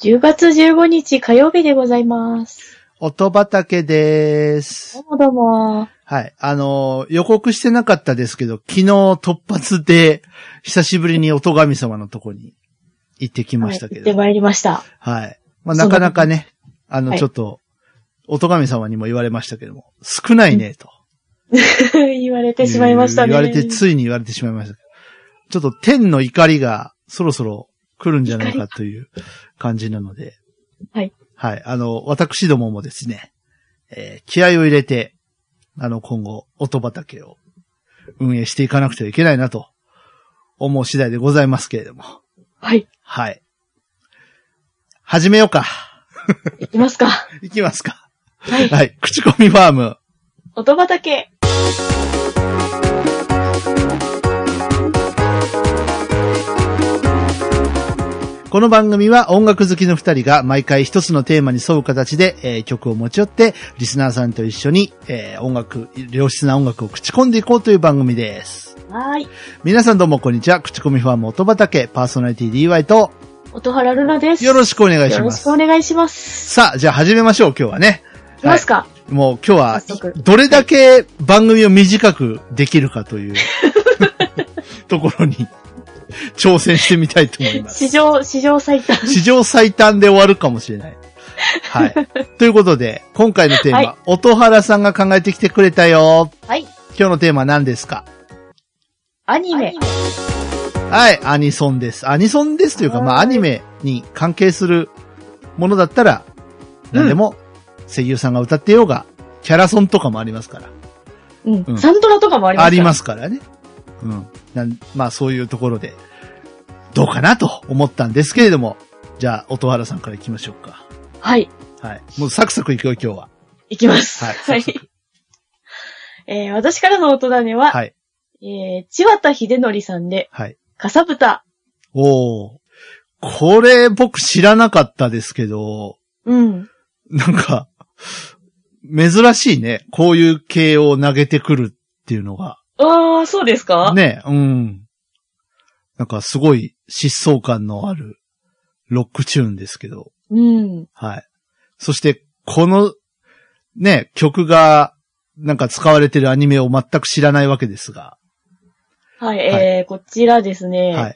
10月15日火曜日でございます。音畑ですどう。もどうも。はい。あのー予告してなかったですけど、昨日突発で、久しぶりに音神様のとこに行ってきまはいした行けってど。はい。まいりました。 まそあ、なうかなかね、あの、はいちょっと、音神様にも言われましたけども、少ないね、と。言われてしまいましたね。言われて、ついに言われてしまいました。ちょっと天の怒りがそろそろ来るんじゃないかという感じなので。はい。はい。あの、私どももですね、えー気合を入れて、あの、今後、音畑を運営していかなくてはいけないなと思う次第でございますけれども。はい。はい。始めようか。行きますか。いきますか。はい。はい。口コミファーム。音畑。この番組は音楽好きの二人が毎回一つのテーマに沿う形で、えー曲を持ち寄って、リスナーさんと一緒に、えー音楽、良質な音楽を口コんでいこうという番組です。はーい。皆さんどうもこんにちは。口コミファーム音畑、パーソナリティ DY と、音原ルナです。よろしくお願いしよまろしす。くお願いします。さあ、じゃあ始めましょう、今日はね。行きますか。もう今日は早速、どれだけ番組を短くできるかという ところに挑戦してみたいと思います。史上、史上最多。史上最短で終わるかもしれない。はい。ということで、今回のテーマ、はい音原さんが考えてきてくれたよ。はい。今日のテーマは何ですかアニメ。はい、アニソンです。アニソンですというか、はいまあ、アニメに関係するものだったら、何でも声優さんが歌ってようが、キャラソンとかもありますから。うん、うんサントラとかもあります。ありますすからね。うん。なんまあ、そういうところで、どうかなと思ったんですけれども、じゃあ、音原さんから行きましょうか。はい。はい。もうサクサク行くよ、今日は。行きます。はいはい。えー、私からの音種は、 はい。えー、千綿秀則さんで、はい。かさぶた。おお。これ僕知らなかったですけど、うん。なんか、珍しいね。こういう系を投げてくるっていうのが。ああ、そうですかね、うん。なんかすごい疾走感のあるロックチューンですけど。うん。はい。そして、この、ね、曲が、なんか使われてるアニメを全く知らないわけですが。はい、えーこちらですね、はい。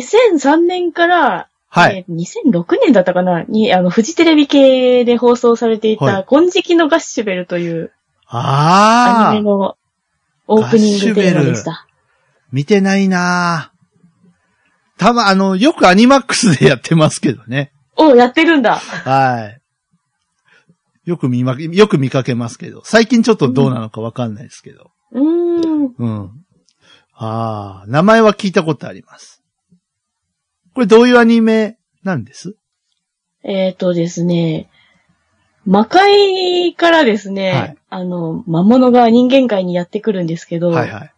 2003年から、はい。えー2006年だったかなに、あの、フジテレビ系で放送されていた、は金色のガッシュベルというアあニあメのオープニングテーマでした。見てないなぁたま、あの、よくアニマックスでやってますけど ね。お、やってるんだ。はい。よく見ま、よく見かけますけど。最近ちょっとどうなのかわかんないですけど。うーん。うん。ああ、名前は聞いたことあります。これどういうアニメなんですえっ、とですね、魔界からですね、はいあの、魔物が人間界にやってくるんですけど、はいはい。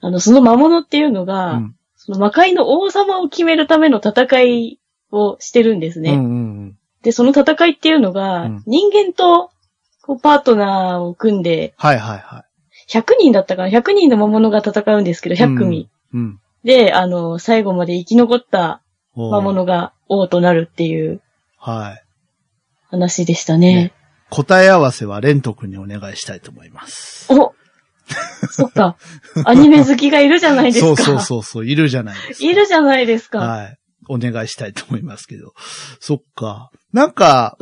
あの、その魔物っていうのうが、ん。その魔界の王様を決めるための戦いをしてるんですね。うんうんうん。で、その戦いっていうのが、うん人間とこうパートナーを組んで、はいはいは100人だったかな ?100 人の魔物が戦うんですけど、い。 100組。うん。うん。で、あの、最後まで生き残ったおー魔物が王となるっていうはい。話でしたね。答え合わせはレント君にお願いしたいと思います。おそっか。アニメ好きがいるじゃないですか。そうそうそうそう、いるじゃないですか。いるじゃないですか。はい。お願いしたいと思いますけど。そっか。なんか、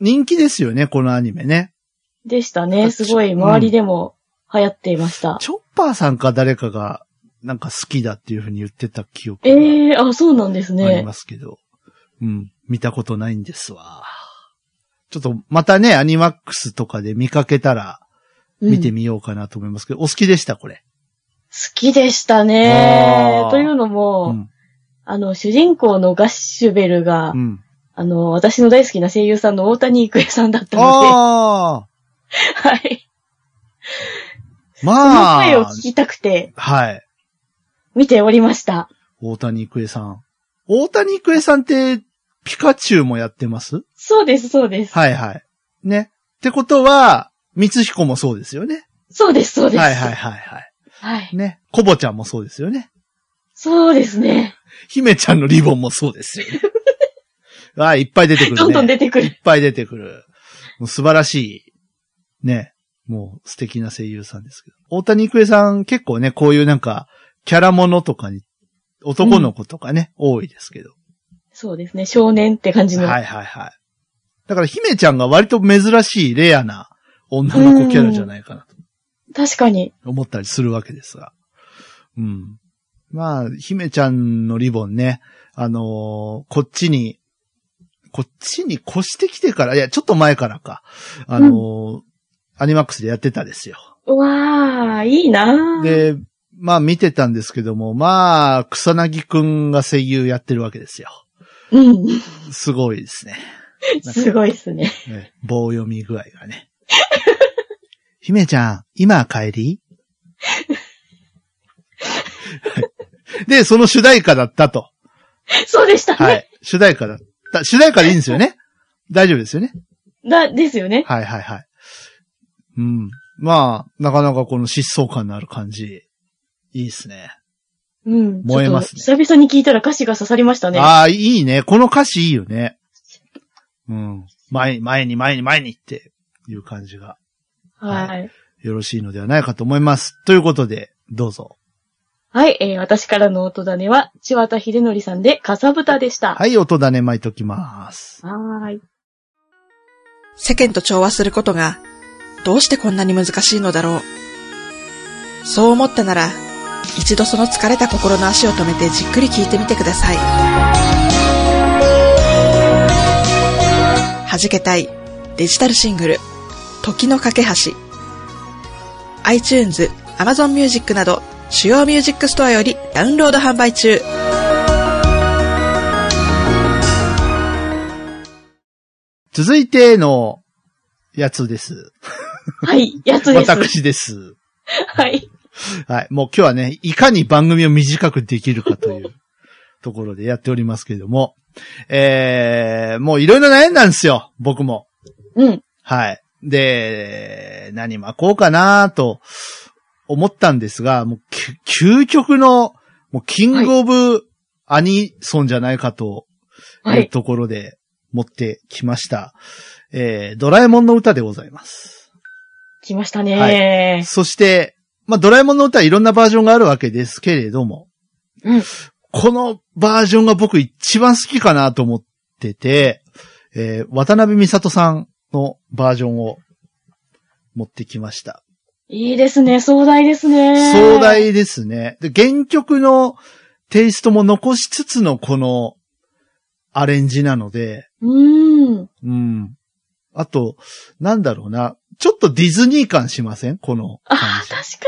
人気ですよね、このアニメね。でしたね。すごい、周りでも流行っていました。チョッパーさんか誰かが、なんか好きだっていうふうに言ってた記憶がええあ、そうなんですありね。ますけど。うん。見たことないんですわ。ちょっと、またね、アニマックスとかで見かけたら、うん見てみようかなと思いますけど、お好きでした、これ。好きでしたねあ。ーというのも、うん。あの、主人公のガッシュベルが、うん。あの、私の大好きな声優さんの大谷育恵さんだったので、ああはい。ーそのま声をあ聞、きたくて、はい。見ておりました。大谷育恵さん。大谷育恵さんって、ピカチュウもやってますそうです、そうです。はいはい。ね。ってことは、光彦もそうですよね。そうです、そうです。はいはいはいははいい。ね。コボちゃんもそうですよね。そうですね。 姫ちゃんのリボンもそうですよね。ああ、いっぱい出てくる、ね。どんどん出てくいる。っぱい出てくる。もう素晴らしい。ね。もう素敵な声優さんですけど。大谷育恵さん結構ね、こういうなんか、キャラものとかに、男の子とかね、多いですけど。そうですね。少年って感じの。はいはいはい。だから姫ちゃんが割と珍しいレアな女の子キャラじゃないかなと確かに。思ったりするわけですが。うん。まあ、姫ちゃんのリボンね、あのーこっちに、こっちに越してきてから、いや、ちょっと前からか、あのーアニマックスでやってたですよ。うわー、いいなー。で、まあ見てたんですけども、まあ、草薙くんが声優やってるわけですよ。うん。すごいですね。すごいっすね。ね棒読み具合がね。 姫ちゃん、今帰り、はいで、その主題歌だったと。そうでしたね。はい。主題歌だった。主題歌でいいんですよね大丈夫ですよねだ、ですよね。はいはいはい。うん。まあ、なかなかこの疾走感のある感じ、いいですね。うん。燃えますねちょっと久々に聞いたら歌詞が刺さりましたね。ああ、いいね。この歌詞いいよね。うん。前に、前に、前に、前にっていう感じがはい。よろしいのではないかと思います。ということで、どうぞ。はい、えー、私からの音種は、千綿秀則さんで、かさぶたでした。はい、音種巻いときます。はーい。世間と調和することがどうしてこんなに難しいのだろう。そう思ったなら、一度その疲れた心の足を止めてじっくり聞いてみてください。弾けたいデジタルシングル、時の架け橋。iTunes、Amazon Music など主要ミュージックストアよりダウンロード販売中。続いてのやつです。はい、やつです。私です。はい。はい。もう今日はね、いかに番組を短くできるか というところでやっておりますけれども。えー、もういろいろ悩んだんですよ。僕も。うん。はい。で、何巻こうかなと思ったんですが、もうき究極の、もうキングオブアニソンじゃないかとはいうい。ところで持ってきました。えー、ドラえもんの歌でございます。来ましたねそして、まあ、ドラえもんの歌はいろんなバージョンがあるわけですけれども、うんこのバージョンが僕一番好きかなと思ってて、えー、渡辺美里さんのバージョンを持ってきました。いいですね、壮大ですね。壮。大ですね。で、原曲のテイストも残しつつのこのアレンジなので、うん。うん。あと、なんだろうな。ちょっとディズニー感しませんこのあ感あ、確じ。か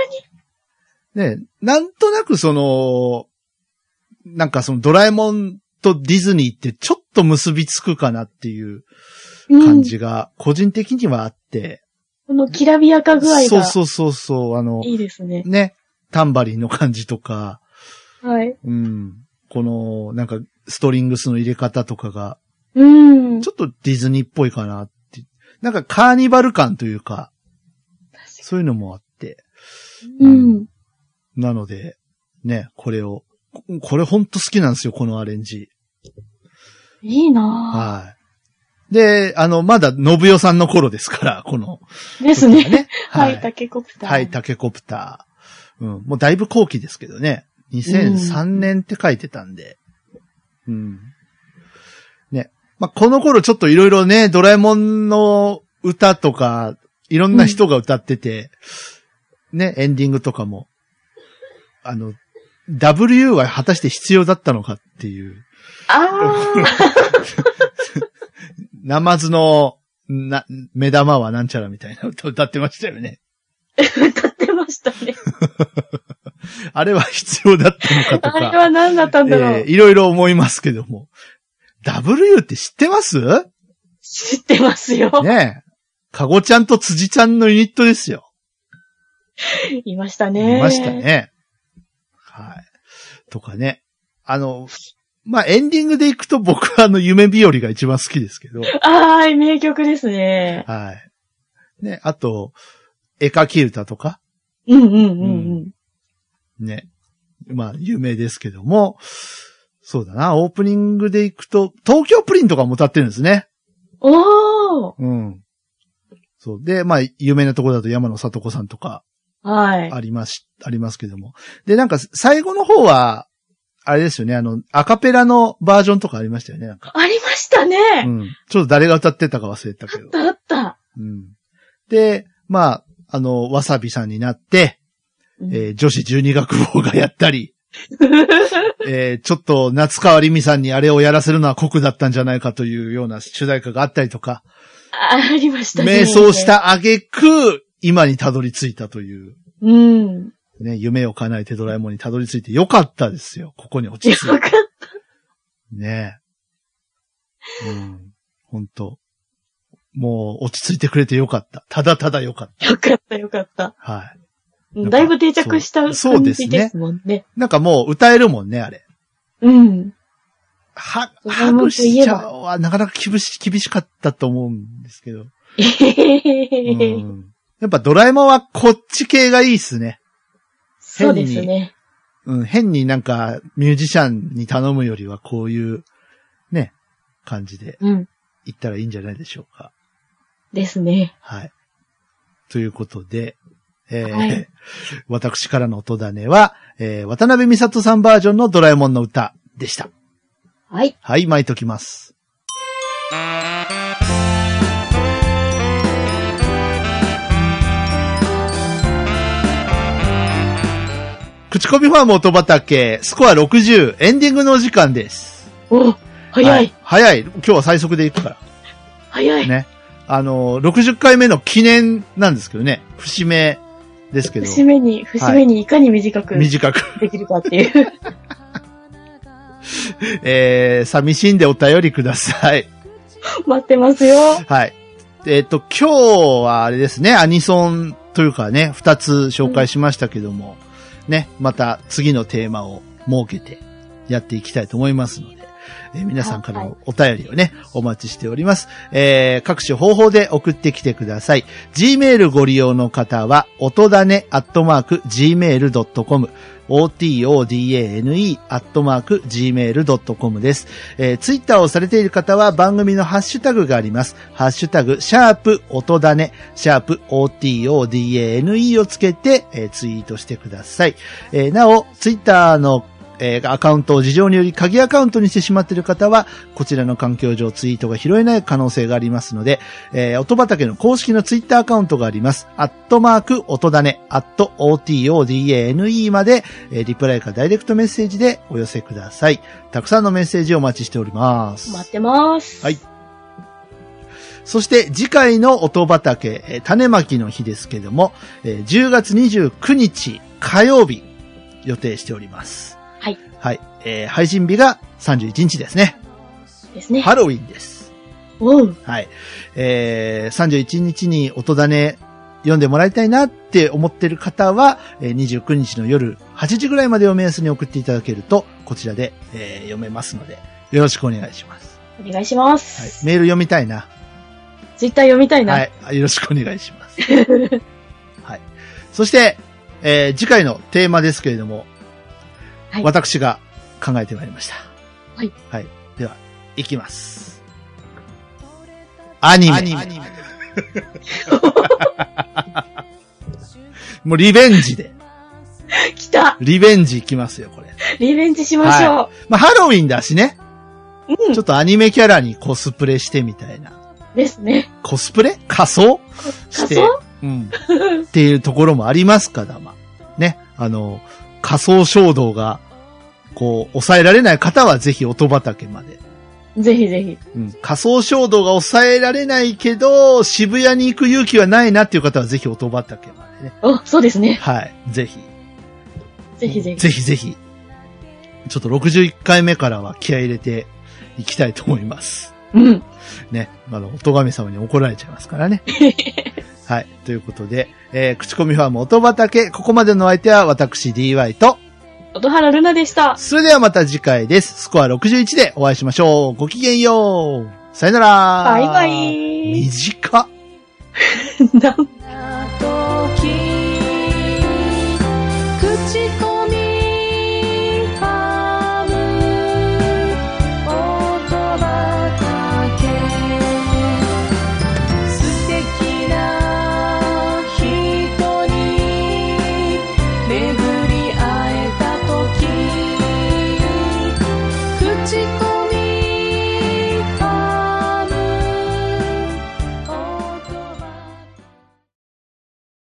に。ね、なんとなくその、なんかそのドラえもんとディズニーってちょっと結びつくかなっていううん、感じが個人的にはあって。このきらびやか具合そうがそうそうそう、あの、いいですね。ね、タンバリンの感じとか、はい。うん。この、なんか、ストリングスの入れ方とかが、うん。ちょっとディズニーっぽいかなって。なんかカーニバル感というか、そういうのもあって。うん。なので、ね、これを、ここれほんと好きなんですよ、このアレンジ。いいなはい。で、あの、まだ、信代さんの頃ですから、この、ぁ。ですね。時はねははいい、タケコプター。はい、タケコプター。うん、もうだいぶ後期ですけどね。2003年って書いてたんで。うん。ね。まあ、この頃ちょっといろいろね、ドラえもんの歌とか、いろんな人が歌ってて、ね、エンディングとかも、あの、W は果たして必要だったのかっていう、 あナマズの、な、目玉はなんちゃらみたいな歌歌ってましたよね。ー、歌ってましたね。あれは必要だったのかとあか。れは何だったんだろう。えーいろいろ思いますけども。W って知ってます知ってますよ。ねえ。かごちゃんと辻ちゃんのユニットですよ。いましたね。いました。ね。はい。とかね。あの、まあ、エンディングで行くと僕はあの、夢日和が一番好きですけ ど。あー、名曲ですね。はい。ね、あと、絵描き歌とか、うんうんうんうん。ね。まあ、有名ですけども、そうだな。オープニングで行くと、東京プリンとかも歌ってるんですね。おーうん。そう。で、まあ、有名なところだと山野里子さんとか、はい。ありますし、ありますけども。で、なんか、最後の方は、あれですよね、あの、アカペラのバージョンとかありましたよね、なんか。ありましたねう。ん。ちょっと誰が歌ってたか忘れたけど。あったあっうん。で、まあ、あの、わさびさんになって、た。うんえー女子十二学坊がやったり、えーちょっと夏川りみさんにあれをやらせるのは酷だったんじゃないかというような主題歌があったり とか、あありましたね。瞑想し。た挙句、今にたどり着いたという、うん。ね、夢を叶えてドラえもんにたどり着いてよかったですよ。ここに落ちよ着かっいて。ねうん。本当もう落ち着いてくれてよかった。ただただよかった。た、よかった、よかった。はい。うんだいぶ定着した感そうそうですじねですもんね。なんかもう歌えるもんね、あれ。うん。は、ドハラマグといしえちばゃうはなかなか厳し、厳しかったと思うんですけど。えへへへへうんやっぱドラえもんはこっち系がいいっすね。そうですね。うん、変になんかミュージシャンに頼むよりはこういう、ね、感じでうん。行ったらいいんじゃないでしょうか。ですね。はい。ということで、えーはい 私からの音種は、えー渡辺美里さんバージョンのドラえもんの歌でした。はい。はい、巻いときます。口コミファーム音畑、スコア60、エンディングのお時間です。おは早い、早い。今日は最速でいくか早ら。い、ね。あの、60回目の記念なんですけどね。節目ですけど、節目に、節目にいかに短くで短く。 きるかっていう。 えー、寂しいんでお便りください。待ってますよ。はい。えっ、と、今日はあれですね、アニソンというかね、二つ紹介しましたけども、ね、また次のテーマを設けてやっていきたいと思いますので、えー皆さんからのお便りをね、お待ちしております。えー、各種方法で送ってきてください。Gmail ご利用の方は、音だね、アットマーク、gmail.com、otodane、アットマーク、gmail.com です。えー、ツイッターをされている方は番組のハッシュタグがあります。ハッシュタグ、シャープ、音だね、シャープ、otodane をつけて、えーツイートしてください。えーなお、ツイッターのえーアカウントを事情により鍵アカウントにしてしまっている方は、こちらの環境上ツイートが拾えない可能性がありますので、えー音畑の公式のツイッターアカウントがあります。アットマーク、音だね、アット、otodane まで、えーリプライかダイレクトメッセージでお寄せください。たくさんのメッセージをお待ちしております。待ってます。はいそして次回の音畑、えー種まきの日ですけども、えー10月29日火曜日予定しております。はい。はい。えー配信日が31日ですね。ですね。ハロウィンです。おう。はい。えー31日に音種読んでもらいたいなって思ってる方は、えー29日の夜8時ぐらいまでを目安に送っていただけると、こちらで、えー読めますので、よろしくお願いします。お願いしまはい。す。メール読みたいな。ツイッター読みたいな。はい。よろしくお願いします。 はい。そして、えー次回のテーマですけれども、はい私が考えてまいりました。はい。はい。では、いきます。アニメ。もうリベンジで。来たリベンジいきますよ、これ。リベンジしましょまあ、ハロウィンだしね。う。うんちょっとアニメキャラにコスプレしてみたいな。ですね。コスプレ仮装し仮て装うん。っていうところもありますから、まあね。あの、仮想衝動が、こう、抑えられない方はぜひ音畑まで。ぜひぜひ。うん。仮想衝動が抑えられないけど、渋谷に行く勇気はないなっていう方はぜひ音畑までね。お、そうですね。はい。ぜひ。ぜひぜひ。ぜひぜひ。ちょっと61回目からは気合い入れていきたいと思います。うん。ね、あの、お咎め様に怒られちゃいますからね。はい。ということで、えー、口コミファーム音畑、ここまでのお相手は私 DY と、音原ルナでした。それではまた次回です。スコア61でお会いしましょう。ごきげんよう。さよなら。バイバイ短っ。なん時